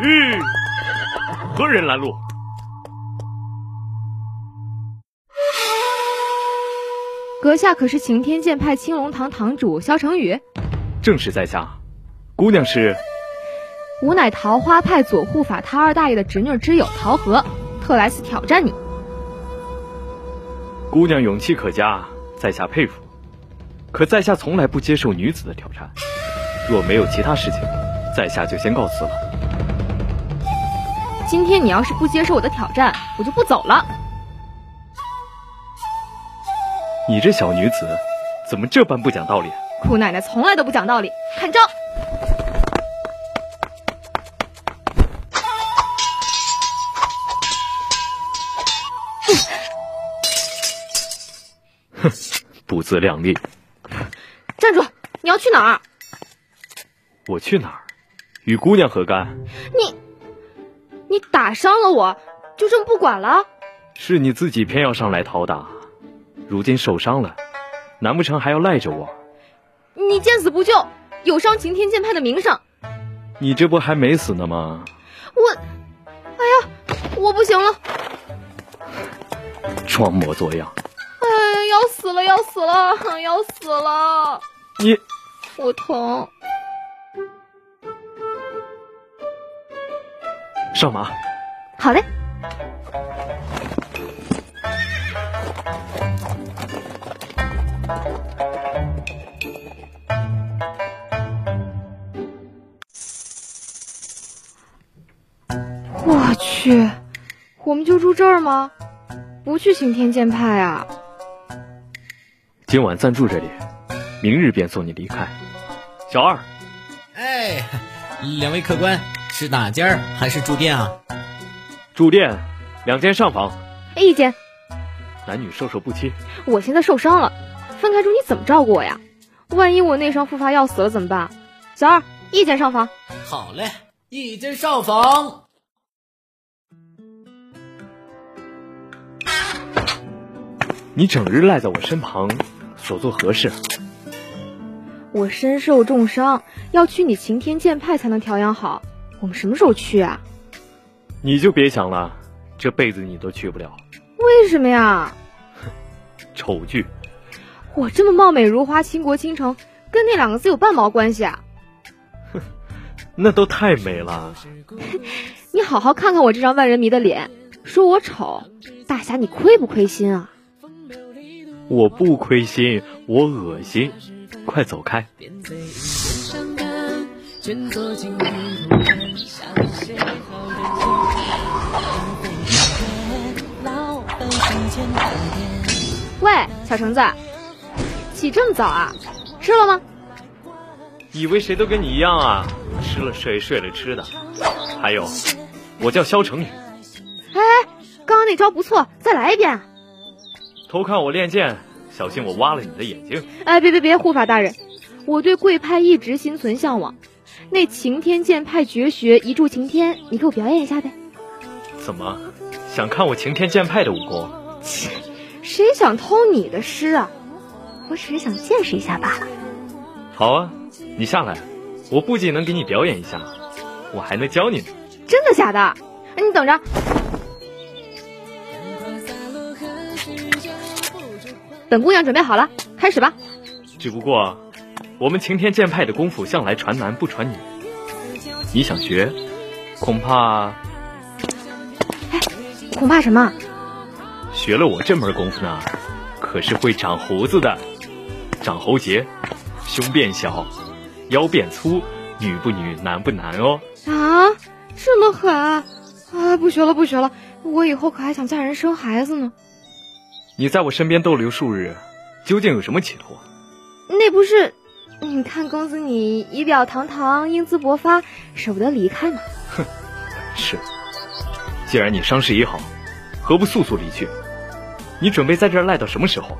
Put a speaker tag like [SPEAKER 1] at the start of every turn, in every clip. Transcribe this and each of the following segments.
[SPEAKER 1] 嗯，何人拦路？
[SPEAKER 2] 阁下可是擎天剑派青龙堂堂主萧成宇？
[SPEAKER 1] 正是在下。姑娘是？
[SPEAKER 2] 吾乃桃花派左护法他二大爷的侄女之友桃河，特来此挑战你。
[SPEAKER 1] 姑娘勇气可嘉，在下佩服。可在下从来不接受女子的挑战。若没有其他事情，在下就先告辞了。
[SPEAKER 2] 今天你要是不接受我的挑战，我就不走了。
[SPEAKER 1] 你这小女子，怎么这般不讲道理？啊
[SPEAKER 2] 姑奶奶从来都不讲道理，看招！
[SPEAKER 1] 哼，不自量力。
[SPEAKER 2] 站住！你要去哪儿？
[SPEAKER 1] 我去哪儿，与姑娘何干？
[SPEAKER 2] 你，你打伤了我，就这么不管了？
[SPEAKER 1] 是你自己偏要上来讨打，如今受伤了，难不成还要赖着我？
[SPEAKER 2] 你见死不救，有伤擎天剑派的名声。
[SPEAKER 1] 你这不还没死呢吗？
[SPEAKER 2] 我，哎呀，我不行了，
[SPEAKER 1] 装模作样！
[SPEAKER 2] 哎，要死了，要死了，要死了！
[SPEAKER 1] 你
[SPEAKER 2] 我疼。
[SPEAKER 1] 上马，
[SPEAKER 2] 好嘞，我去，我们就住这儿吗？不去擎天剑派啊？
[SPEAKER 1] 今晚暂住这里，明日便送你离开。小二，
[SPEAKER 3] 哎，两位客官是哪间儿还是住店啊？
[SPEAKER 1] 住店两间上房，
[SPEAKER 2] 哎一间，
[SPEAKER 1] 男女授受不亲。
[SPEAKER 2] 我现在受伤了，分开住你怎么照顾我呀？万一我内伤复发要死了怎么办？小二，一间上房。
[SPEAKER 3] 好嘞，一间上房。
[SPEAKER 1] 你整日赖在我身旁，所做何事？
[SPEAKER 2] 我身受重伤，要去你擎天剑派才能调养好。我们什么时候去啊？
[SPEAKER 1] 你就别想了，这辈子你都去不了。
[SPEAKER 2] 为什么呀？
[SPEAKER 1] 丑剧，
[SPEAKER 2] 我这么貌美如花、倾国倾城，跟那两个字有半毛关系啊？
[SPEAKER 1] 那都太美了。
[SPEAKER 2] 你好好看看我这张万人迷的脸，说我丑，大侠你亏不亏心啊？
[SPEAKER 1] 我不亏心，我恶心。快走开！
[SPEAKER 2] 喂，小橙子，起这么早啊？吃了吗？
[SPEAKER 1] 以为谁都跟你一样啊？吃了睡，睡了吃的。还有，我叫萧成宇，
[SPEAKER 2] 哎，刚刚那招不错，再来一遍啊！
[SPEAKER 1] 偷看我练剑，小心我挖了你的眼睛。
[SPEAKER 2] 哎，别别别，护法大人，我对贵派一直心存向往，那擎天剑派绝学一柱擎天，你给我表演一下呗？
[SPEAKER 1] 怎么，想看我擎天剑派的武功？
[SPEAKER 2] 谁想偷你的诗啊？我只是想见识一下罢了。
[SPEAKER 1] 好啊，你下来，我不仅能给你表演一下，我还能教你呢。
[SPEAKER 2] 真的假的？哎你等着，本姑娘准备好了，开始吧。
[SPEAKER 1] 只不过，我们擎天剑派的功夫向来传男不传女，你想学，恐怕
[SPEAKER 2] 恐怕什么？
[SPEAKER 1] 学了我这门功夫呢，可是会长胡子的，长喉结，胸变小，腰变粗，女不女，男不男哦。
[SPEAKER 2] 啊，这么狠啊！啊，不学了，不学了，我以后可还想嫁人生孩子呢。
[SPEAKER 1] 你在我身边逗留数日，究竟有什么企图？
[SPEAKER 2] 那不是，你看公子你仪表堂堂，英姿勃发，舍不得离开嘛。
[SPEAKER 1] 是，既然你伤势已好，何不速速离去？你准备在这儿赖到什么时候？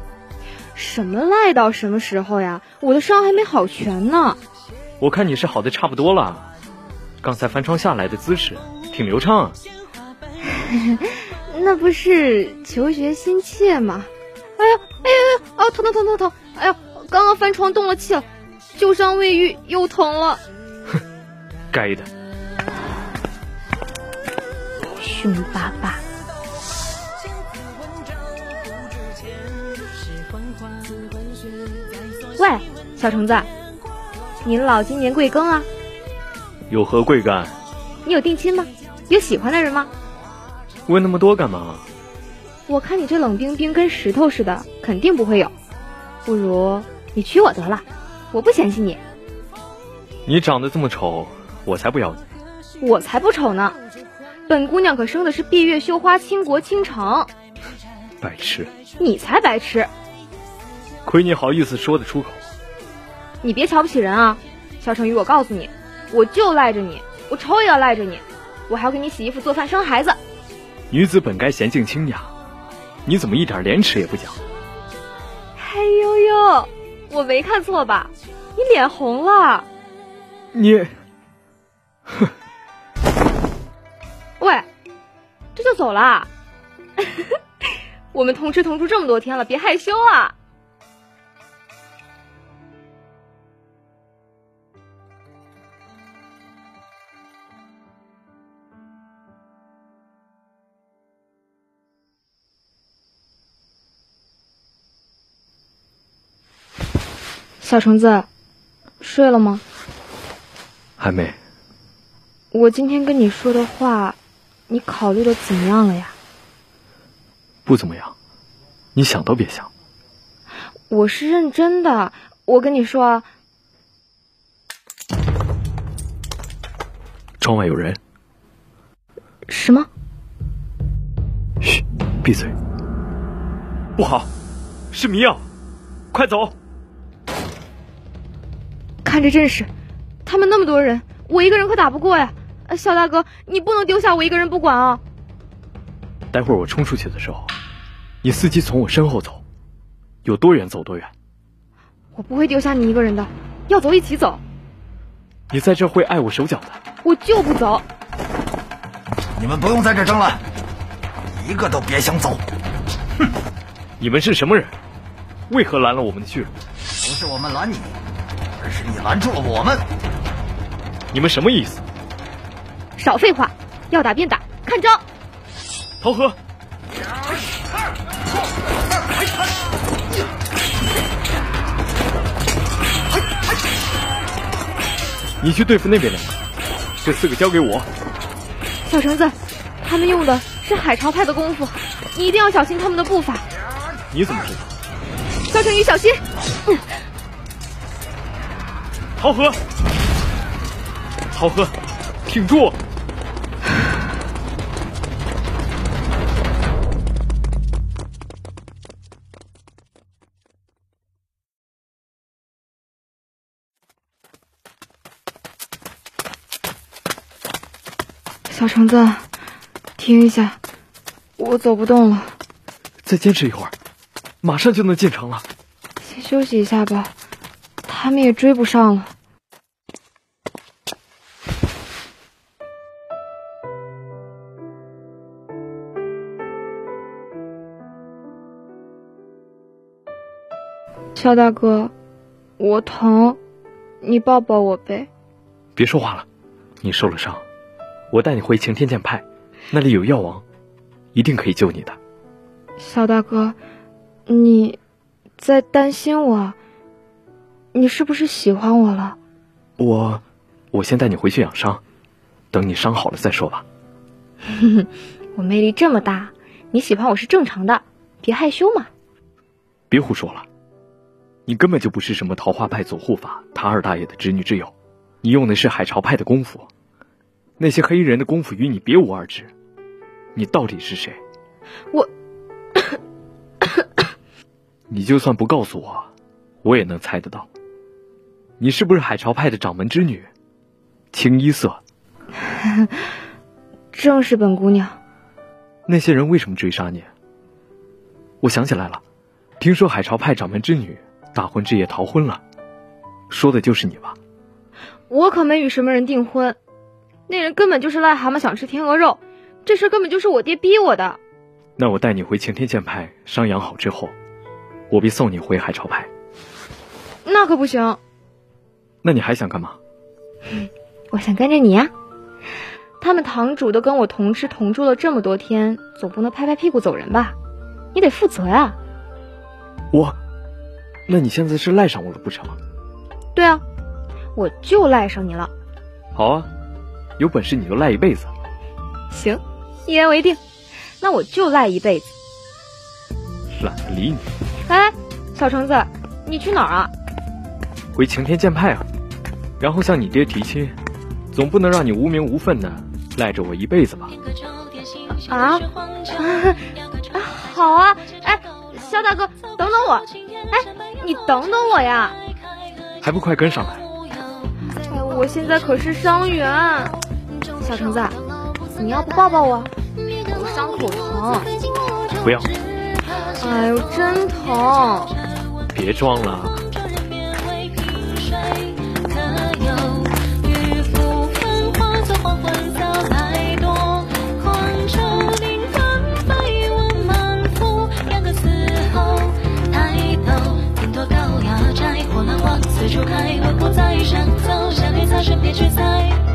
[SPEAKER 2] 什么赖到什么时候呀？我的伤还没好全呢。
[SPEAKER 1] 我看你是好的差不多了，啊刚才翻窗下来的姿势挺流畅啊。
[SPEAKER 2] 那不是求学心切吗？哎呀，哎呀，哎呀，啊，疼疼疼疼疼！哎呀，刚刚翻床动了气了，啊旧伤未愈，又疼了。
[SPEAKER 1] 该的。
[SPEAKER 2] 凶巴巴。喂，小橙子，您老今年贵庚啊？
[SPEAKER 1] 有何贵干？
[SPEAKER 2] 你有定亲吗？有喜欢的人吗？
[SPEAKER 1] 问那么多干嘛？
[SPEAKER 2] 我看你这冷冰冰跟石头似的，肯定不会有。不如你娶我得了，我不嫌弃你，
[SPEAKER 1] 你长得这么丑，我才不要你。
[SPEAKER 2] 我才不丑呢。本姑娘可生的是闭月羞花、倾国倾城，
[SPEAKER 1] 白痴，
[SPEAKER 2] 你才白痴！
[SPEAKER 1] 亏你好意思说得出口。
[SPEAKER 2] 你别瞧不起人啊，小成宇，我告诉你，我就赖着你，我抽也要赖着你，我还要给你洗衣服、做饭、生孩子。
[SPEAKER 1] 女子本该娴静清雅，你怎么一点廉耻也不讲？
[SPEAKER 2] 哎呦呦，我没看错吧？你脸红了？
[SPEAKER 1] 你
[SPEAKER 2] 喂，这就走啦？ 我们同吃同住这么多天了，别害羞啊！小橙子，睡了吗？
[SPEAKER 1] 还没，
[SPEAKER 2] 我今天跟你说的话，你考虑的怎么样了呀？
[SPEAKER 1] 不怎么样，你想都别想。
[SPEAKER 2] 我是认真的，我跟你说啊，
[SPEAKER 1] 窗外有人，
[SPEAKER 2] 什么？
[SPEAKER 1] 嘘，闭嘴。不好，是迷药，快走！
[SPEAKER 2] 看这阵势，他们那么多人，我一个人可打不过呀！呃小大哥，你不能丢下我一个人不管啊！
[SPEAKER 1] 待会儿我冲出去的时候，你伺机从我身后走，有多远走多远。
[SPEAKER 2] 我不会丢下你一个人的，要走一起走，
[SPEAKER 1] 你在这儿会碍我手脚的。
[SPEAKER 2] 我就不走。
[SPEAKER 4] 你们不用在这争了，一个都别想走。
[SPEAKER 1] 你们是什么人？为何拦了我们的去路？
[SPEAKER 4] 不是我们拦你，而是你拦住了我们。
[SPEAKER 1] 你们什么意思？
[SPEAKER 2] 少废话，要打便打，看招！
[SPEAKER 1] 投河！你去对付那边两个，这四个交给我。
[SPEAKER 2] 小橙子，他们用的是海潮派的功夫，你一定要小心他们的步伐。
[SPEAKER 1] 你怎么知道？
[SPEAKER 2] 小成宇，小心！
[SPEAKER 1] 桃河，桃河，挺啊住！
[SPEAKER 2] 小橙子，停一下，我走不动了，
[SPEAKER 1] 再坚持一会儿，马上就能进城了。
[SPEAKER 2] 先休息一下吧。他们也追不上了。肖大哥，我疼，你抱抱我呗。
[SPEAKER 1] 别说话了，你受了伤，我带你回擎天剑派，那里有药王，一定可以救你的。
[SPEAKER 2] 小大哥，你在担心我？你是不是喜欢我了？
[SPEAKER 1] 我，我先带你回去养伤，等你伤好了再说吧。
[SPEAKER 2] 我魅力这么大，你喜欢我是正常的，别害羞嘛。
[SPEAKER 1] 别胡说了，你根本就不是什么桃花派左护法塔二大爷的侄女之友，你用的是海潮派的功夫，那些黑衣人的功夫与你别无二致。你到底是谁？
[SPEAKER 2] 我，
[SPEAKER 1] 你就算不告诉我，我也能猜得到。你是不是海潮派的掌门之女，清一色？
[SPEAKER 2] 正是本姑娘，
[SPEAKER 1] 那些人为什么追杀你？我想起来了，听说海潮派掌门之女大婚之夜逃婚了，说的就是你吧？
[SPEAKER 2] 我可没与什么人订婚，那人根本就是癞蛤蟆想吃天鹅肉，这事儿根本就是我爹逼我的。
[SPEAKER 1] 那我带你回擎天剑派伤养好之后，我必送你回海潮派。
[SPEAKER 2] 那可不行，
[SPEAKER 1] 那你还想干嘛？
[SPEAKER 2] 我想跟着你呀、啊他们堂主都跟我同吃同住了这么多天，总不能拍拍屁股走人吧？你得负责啊呀、
[SPEAKER 1] 我，那你现在是赖上我了不成？
[SPEAKER 2] 对啊，我就赖上你了。
[SPEAKER 1] 好啊，有本事你就赖一辈子。
[SPEAKER 2] 行，一言为定。那我就赖一辈子。
[SPEAKER 1] 懒得理你，
[SPEAKER 2] 哎，小橙子，你去哪儿啊？
[SPEAKER 1] 回晴天剑派啊，然后向你爹提亲，总不能让你无名无份的赖着我一辈子吧？
[SPEAKER 2] 啊啊， 好啊！哎，肖大哥，等等我！哎，你等等我呀！
[SPEAKER 1] 还不快跟上来？
[SPEAKER 2] 哎，我现在可是伤员。小橙子，啊你要不抱抱我？我伤口疼。
[SPEAKER 1] 不要，
[SPEAKER 2] 哎呦，真疼！
[SPEAKER 1] 别装了，啊
[SPEAKER 5] 高压摘，火狼往四处开，我不在，山走，山里擦身别去猜。